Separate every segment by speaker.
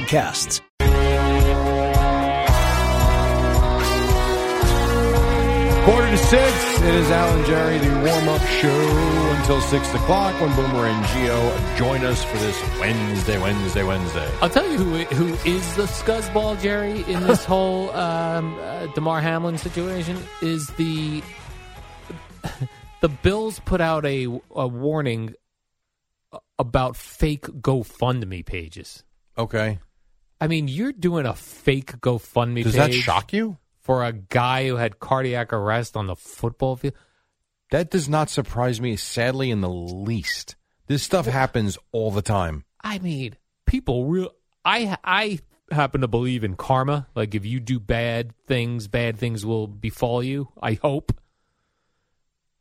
Speaker 1: Quarter to six. It is Alan Jerry, the warm up show until six o'clock when Boomer and Geo join us for this Wednesday, Wednesday, Wednesday.
Speaker 2: I'll tell you who who is the scuzzball, Jerry, in this whole um, uh, Demar Hamlin situation is the the Bills put out a a warning about fake GoFundMe pages.
Speaker 1: Okay.
Speaker 2: I mean, you're doing a fake GoFundMe
Speaker 1: Does
Speaker 2: page
Speaker 1: that shock you?
Speaker 2: for a guy who had cardiac arrest on the football field.
Speaker 1: That does not surprise me, sadly, in the least. This stuff happens all the time.
Speaker 2: I mean, people real. I I happen to believe in karma. Like if you do bad things, bad things will befall you. I hope.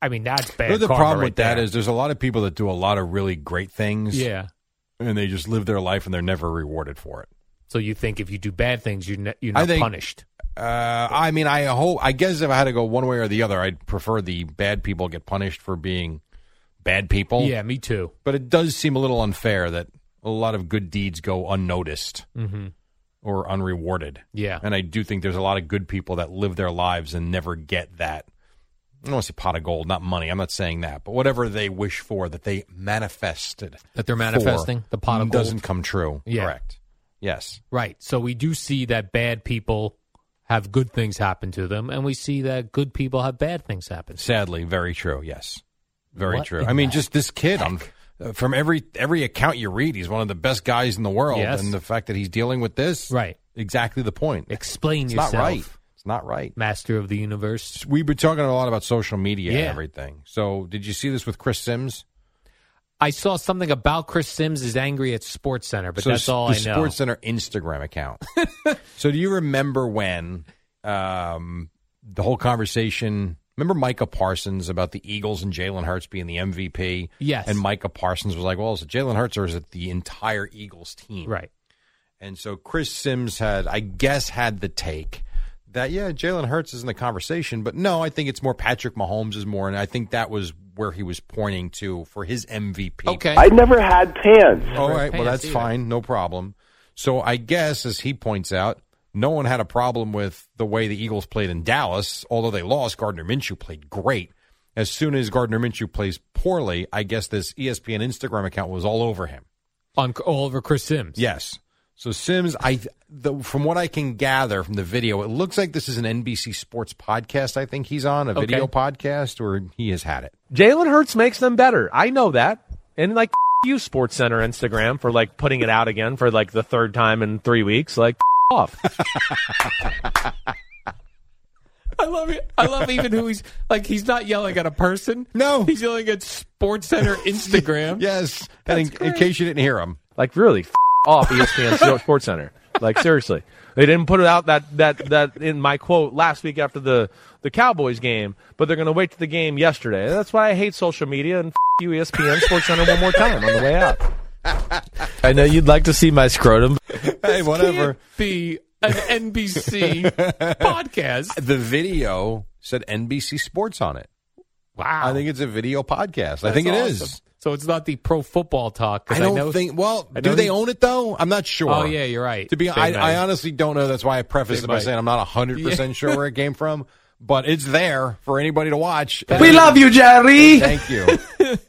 Speaker 2: I mean, that's bad.
Speaker 1: You know, the
Speaker 2: karma
Speaker 1: problem
Speaker 2: right
Speaker 1: with that
Speaker 2: there.
Speaker 1: is there's a lot of people that do a lot of really great things
Speaker 2: yeah.
Speaker 1: and they just live their life and they're never rewarded for it.
Speaker 2: So you think if you do bad things, you're ne- you're
Speaker 1: I
Speaker 2: not
Speaker 1: think-
Speaker 2: punished.
Speaker 1: Uh, I mean, I hope. I guess if I had to go one way or the other, I'd prefer the bad people get punished for being bad people.
Speaker 2: Yeah, me too.
Speaker 1: but it does seem a little unfair that a lot of good deeds go unnoticed
Speaker 2: Mm-hmm.
Speaker 1: or unrewarded.
Speaker 2: Yeah.
Speaker 1: and I do think there's a lot of good people that live their lives and never get that. I don't want to say pot of gold, not money. I'm not saying that, but whatever they wish for that they manifested
Speaker 2: That they're
Speaker 1: for
Speaker 2: manifesting, the pot of gold.
Speaker 1: doesn't come true.
Speaker 2: Yeah.
Speaker 1: Correct. Yes.
Speaker 2: Right. So we do see that bad people have good things happen to them, and we see that good people have bad things happen.
Speaker 1: Sadly, very true. Yes, very
Speaker 2: What
Speaker 1: true.
Speaker 2: in
Speaker 1: I mean,
Speaker 2: the
Speaker 1: just this kid. On, from every every account you read, he's one of the best guys in the world,
Speaker 2: Yes.
Speaker 1: and the fact that he's dealing with this,
Speaker 2: Right.
Speaker 1: Exactly the point.
Speaker 2: Explain
Speaker 1: it's
Speaker 2: yourself,
Speaker 1: not right. It's not right.
Speaker 2: Master of the Universe.
Speaker 1: We've been talking a lot about social media and
Speaker 2: Yeah.
Speaker 1: everything. So, did you see this with Chris Sims?
Speaker 2: I saw something about Chris Sims is angry at Sports Center, but
Speaker 1: so
Speaker 2: that's all
Speaker 1: the
Speaker 2: I know.
Speaker 1: Sports Center Instagram account. so, do you remember when um, the whole conversation? Remember Micah Parsons about the Eagles and Jalen Hurts being the MVP?
Speaker 2: Yes.
Speaker 1: And Micah Parsons was like, "Well, is it Jalen Hurts or is it the entire Eagles team?"
Speaker 2: Right.
Speaker 1: And so Chris Sims had, I guess, had the take that yeah, Jalen Hurts is in the conversation, but no, I think it's more Patrick Mahomes is more, and I think that was where he was pointing to for his MVP.
Speaker 2: Okay.
Speaker 3: I never had pants.
Speaker 1: All right. Well,
Speaker 2: Pants
Speaker 1: that's
Speaker 2: either.
Speaker 1: fine. No problem. So I guess, as he points out, no one had a problem with the way the Eagles played in Dallas, although they lost. Gardner Minshew played great. As soon as Gardner Minshew plays poorly, I guess this E ESPN Instagram account was all over him.
Speaker 2: On all over Chris Sims.
Speaker 1: Yes. So Sims, I the, from what I can gather from the video, it looks like this is an NBC Sports podcast. I think he's on a video podcast, or he has had it.
Speaker 4: Jalen Hurts makes them better. I know that. And like f- you Sports Center Instagram for like putting it out again for like the third time in 3 weeks like f- off.
Speaker 2: I love it. I love even who he's like. He's not yelling at a person.
Speaker 1: No.
Speaker 2: he's yelling at Sports Center Instagram.
Speaker 1: Yes, and in, in case you didn't hear him,
Speaker 4: Like really f- off E ESPN Sports Center. Like seriously. They didn't put it out that that that in my quote last week after the the Cowboys game, but they're going to wait to the game yesterday. That's why I hate social media and f- you E ESPN Sports Center one more time on the way out. I know you'd like to see my scrotum.
Speaker 1: hey, whatever.
Speaker 2: Can't be an NBC podcast.
Speaker 1: The video said NBC Sports on it.
Speaker 2: Wow,
Speaker 1: I think it's a video podcast. I
Speaker 2: That's
Speaker 1: think it is.
Speaker 2: awesome. So it's not the pro football talk. 'cause
Speaker 1: I don't
Speaker 2: know-
Speaker 1: think. Well,
Speaker 2: I
Speaker 1: do
Speaker 2: know
Speaker 1: they
Speaker 2: he-
Speaker 1: own it though? I'm not sure.
Speaker 2: Oh, yeah, you're right.
Speaker 1: To be,
Speaker 2: They
Speaker 1: I,
Speaker 2: might.
Speaker 1: I honestly don't know. That's why I prefaced
Speaker 2: They
Speaker 1: it by
Speaker 2: might.
Speaker 1: saying I'm not 100 percent sure where it came from, but it's there for anybody to watch.
Speaker 4: We love you, Jerry.
Speaker 1: Thank you.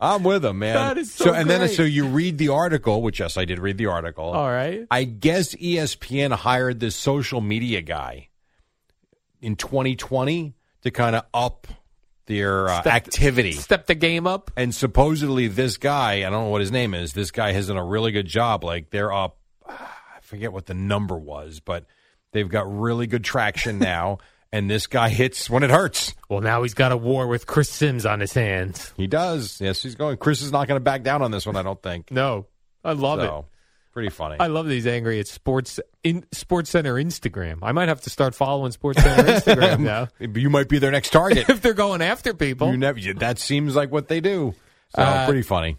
Speaker 1: I'm with him, man.
Speaker 2: That is so
Speaker 1: and then uh,
Speaker 2: great.
Speaker 1: so you read the article, which yes, I did read the article.
Speaker 2: All right.
Speaker 1: I guess E ESPN hired this social media guy in 2020 to kind of up their uh,
Speaker 2: Step-
Speaker 1: activity.
Speaker 2: Step the game up.
Speaker 1: And supposedly this guy, I don't know what his name is, this guy has done a really good job. Like they're up, ah, I forget what the number was, but they've got really good traction now. and this guy hits when it hurts.
Speaker 2: Well, now he's got a war with Chris Sims on his hands.
Speaker 1: He does. Yes, he's going. Chris is not going to back down on this one, I don't think.
Speaker 2: No, I love
Speaker 1: So,
Speaker 2: it.
Speaker 1: Pretty funny.
Speaker 2: I love these angry at sports in Sports Center Instagram. I might have to start following Sports Center Instagram now
Speaker 1: you might be their next target.
Speaker 2: if they're going after people.
Speaker 1: you never, that seems like what they do. So
Speaker 2: Uh,
Speaker 1: pretty funny.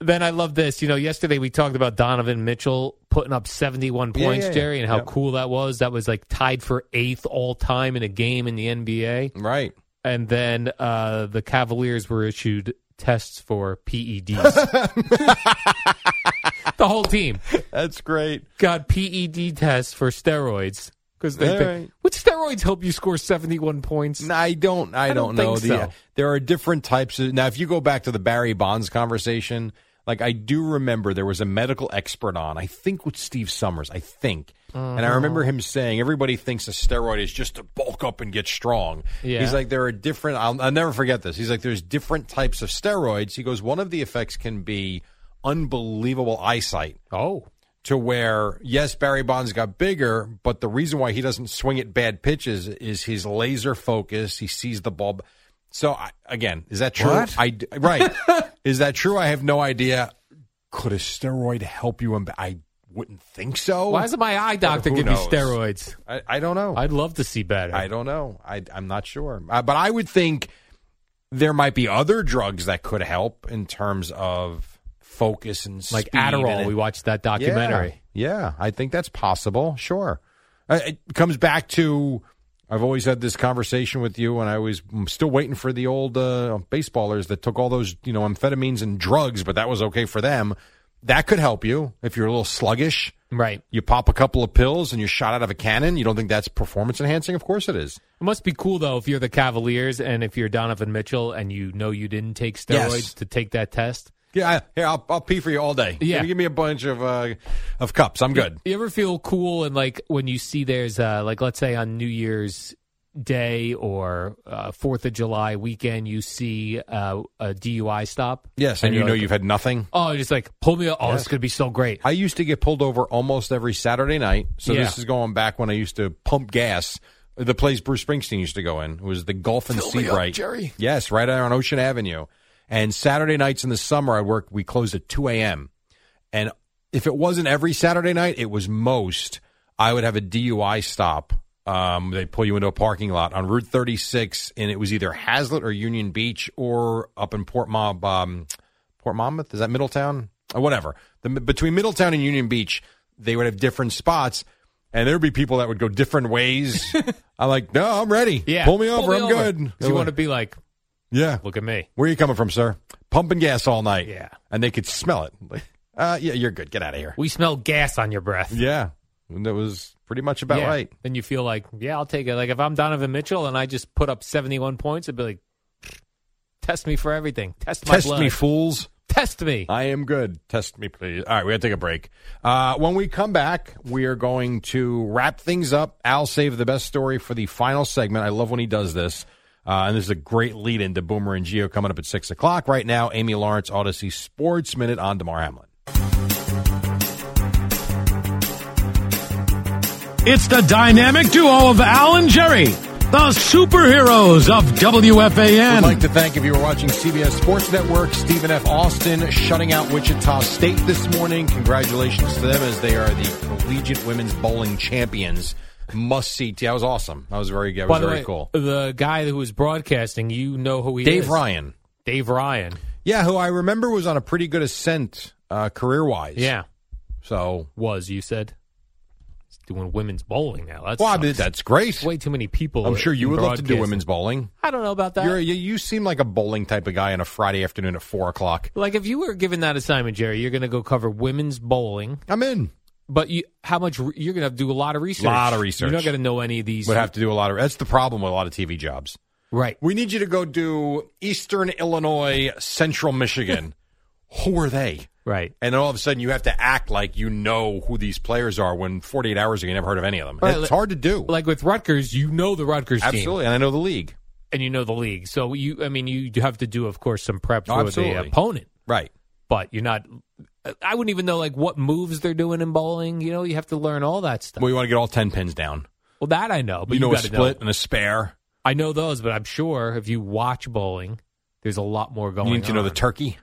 Speaker 2: Then I love this. You know, yesterday we talked about Donovan Mitchell putting up 71
Speaker 1: Yeah,
Speaker 2: points,
Speaker 1: yeah, yeah.
Speaker 2: Jerry, and how
Speaker 1: Yep.
Speaker 2: cool that was. That was like tied for eighth all time in a game in the NBA.
Speaker 1: Right.
Speaker 2: And then uh, the Cavaliers were issued tests for PEDs. the whole team
Speaker 1: That's great.
Speaker 2: got PED tests for steroids because they
Speaker 1: All
Speaker 2: think,
Speaker 1: right.
Speaker 2: would steroids help you score 71 points?
Speaker 1: No, I don't. I,
Speaker 2: I
Speaker 1: don't,
Speaker 2: don't
Speaker 1: know.
Speaker 2: think
Speaker 1: The-
Speaker 2: so.
Speaker 1: there are different types of. Now, if you go back to the Barry Bonds conversation, like I do remember, there was a medical expert on. I think with Steve Summers. I think, and
Speaker 2: Mm-hmm.
Speaker 1: I remember him saying, "Everybody thinks a steroid is just to bulk up and get strong."
Speaker 2: Yeah.
Speaker 1: He's like, "There are different." I'll, I'll never forget this. He's like, "There's different types of steroids." He goes, "One of the effects can be unbelievable eyesight."
Speaker 2: Oh.
Speaker 1: to where yes, Barry Bonds got bigger, but the reason why he doesn't swing at bad pitches is his laser focus. He sees the ball. So I, again, is that true?
Speaker 2: What?
Speaker 1: I d- right? is that true? I have no idea. Could a steroid help you? Imba- I wouldn't think so.
Speaker 2: Why isn't my eye doctor
Speaker 1: Who
Speaker 2: give me
Speaker 1: knows?
Speaker 2: steroids?
Speaker 1: I, I don't know. I,
Speaker 2: I'd love to see better.
Speaker 1: don't know. I, I'm not sure. Uh, but I would think there might be other drugs that could help in terms of focus and
Speaker 2: like
Speaker 1: speed and
Speaker 2: Adderall, we watched that documentary.
Speaker 1: Yeah, yeah, I think that's possible. Sure, Uh, it comes back to I've always had this conversation with you, and I was I'm still waiting for the old uh, baseballers that took all those you know amphetamines and drugs, but that was okay for them. That could help you if you're a little sluggish.
Speaker 2: Right.
Speaker 1: You pop a couple of pills and you're shot out of a cannon. You don't think that's performance enhancing? Of course it is.
Speaker 2: It must be cool though if you're the Cavaliers and if you're Donovan Mitchell and you know you didn't take steroids
Speaker 1: Yes.
Speaker 2: to take that test.
Speaker 1: Yeah, I, here I'll, I'll pee for you all day.
Speaker 2: Yeah.
Speaker 1: give me, give me a bunch of uh, of cups. I'm good.
Speaker 2: You ever feel cool and like when you see there's uh, like let's say on New Year's Day or uh, Fourth of July weekend you see uh, a DUI stop?
Speaker 1: Yes, and you
Speaker 2: you're
Speaker 1: know
Speaker 2: like,
Speaker 1: you've had nothing.
Speaker 2: Oh, you're just like pull me. Up. Oh, this is gonna be so great.
Speaker 1: I used to get pulled over almost every Saturday night. So
Speaker 2: Yeah.
Speaker 1: this is going back when I used to pump gas. The place Bruce Springsteen used to go in was the Gulf and Seabright. Jerry. Yes, right there on Ocean Avenue. And Saturday nights in the summer, I worked. We closed at two a.m. And if it wasn't every Saturday night, it was most. I would have a DUI stop. Um, they pull you into a parking lot on Route 36, and it was either Hazlitt or Union Beach or up in Port Mob. Um, Port Monmouth? Is that Middletown? Or whatever. The, between Middletown and Union Beach, they would have different spots, and there would be people that would go different ways. I'm like, no, I'm ready.
Speaker 2: Yeah,
Speaker 1: Pull me over. I'm good.
Speaker 2: 'Cause You want to be like,
Speaker 1: yeah.
Speaker 2: look at me.
Speaker 1: Where are you coming from, sir? Pumping gas all night.
Speaker 2: Yeah.
Speaker 1: And they could smell it. Like, uh, yeah, you're good. Get out of here.
Speaker 2: We smell gas on your breath.
Speaker 1: Yeah. And that was pretty much about
Speaker 2: Yeah.
Speaker 1: right.
Speaker 2: Then you feel like, yeah, I'll take it. Like if I'm Donovan Mitchell and I just put up 71 points, I'd be like, test me for everything. Test my
Speaker 1: Test
Speaker 2: blood.
Speaker 1: me, fools.
Speaker 2: test me.
Speaker 1: I am good. Test me, please. All right, we got to take a break. Uh, when we come back, we are going to wrap things up. Al save the best story for the final segment. I love when he does this. Uh, and this is a great lead into Boomer and Geo coming up at 6 o'clock. Right now, Amy Lawrence, Odyssey Sports Minute on DeMar Hamlin.
Speaker 5: It's the dynamic duo of Al and Jerry, the superheroes of
Speaker 1: I'd
Speaker 5: WFAN.
Speaker 1: like to thank if you were watching CBS Sports Network, Stephen F. Austin shutting out Wichita State this morning. Congratulations to them as they are the collegiate women's bowling champions. Must see. That was awesome. That was very, that was
Speaker 2: By the
Speaker 1: very
Speaker 2: way,
Speaker 1: cool.
Speaker 2: the guy who was broadcasting, you know who he
Speaker 1: Dave
Speaker 2: is.
Speaker 1: Ryan.
Speaker 2: Dave Ryan.
Speaker 1: Yeah, who I remember was on a pretty good ascent uh, career wise.
Speaker 2: Yeah.
Speaker 1: So,
Speaker 2: Was, you said. He's doing women's bowling now. That's
Speaker 1: well, I mean, that's great.
Speaker 2: way too many people.
Speaker 1: I'm sure you
Speaker 2: in
Speaker 1: would love to do
Speaker 2: broadcasting.
Speaker 1: women's bowling.
Speaker 2: I don't know about that.
Speaker 1: You're, you you seem like a bowling type of guy on a Friday afternoon at four o'clock.
Speaker 2: like if you were given that assignment, Jerry, you're going to go cover women's bowling.
Speaker 1: I'm in.
Speaker 2: But you, how much re- you're going to have to do a lot of research.
Speaker 1: Lot of research.
Speaker 2: You're not going to know any of these.
Speaker 1: Would have to do a lot of. That's the problem with a lot of TV jobs.
Speaker 2: right.
Speaker 1: We need you to go do Eastern Illinois, Central Michigan. Who are they?
Speaker 2: Right.
Speaker 1: And then all of a sudden, you have to act like you know who these players are when 48 hours ago you never heard of any of them.
Speaker 2: Right,
Speaker 1: it's
Speaker 2: like-
Speaker 1: hard to do.
Speaker 2: Like with Rutgers, you know the Rutgers team.
Speaker 1: Absolutely. And I know the league.
Speaker 2: And you know the league. So you, I mean, you do have to do, of course, some prep for the
Speaker 1: Absolutely.
Speaker 2: opponent.
Speaker 1: Right.
Speaker 2: But you're not. I wouldn't even know like what moves they're doing in bowling. You know, you have to learn all that stuff.
Speaker 1: Well, you want to get all 10 pins down.
Speaker 2: Well, that I know, but
Speaker 1: you know a
Speaker 2: gotta
Speaker 1: split and a spare.
Speaker 2: I know those, but I'm sure if you watch bowling, there's a lot more going.
Speaker 1: you need to know the
Speaker 2: on.
Speaker 1: turkey.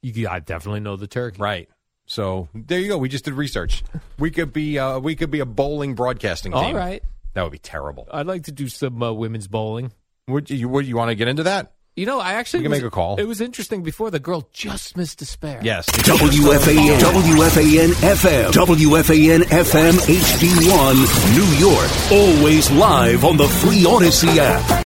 Speaker 2: You, I definitely know the turkey.
Speaker 1: Right. So there you go. We just did research. We could be uh, we could be a bowling broadcasting team.
Speaker 2: All right.
Speaker 1: That would be terrible.
Speaker 2: I'd like to do some uh, women's bowling.
Speaker 1: Would you would you want to get into that?
Speaker 2: You know, I actually
Speaker 1: We can
Speaker 2: was-
Speaker 1: make a call.
Speaker 2: It was interesting before the girl just missed a spare.
Speaker 1: Yes.
Speaker 6: WFAN, WFAN FM, WFAN FM HD1, New York. Always live on the Free Odyssey app.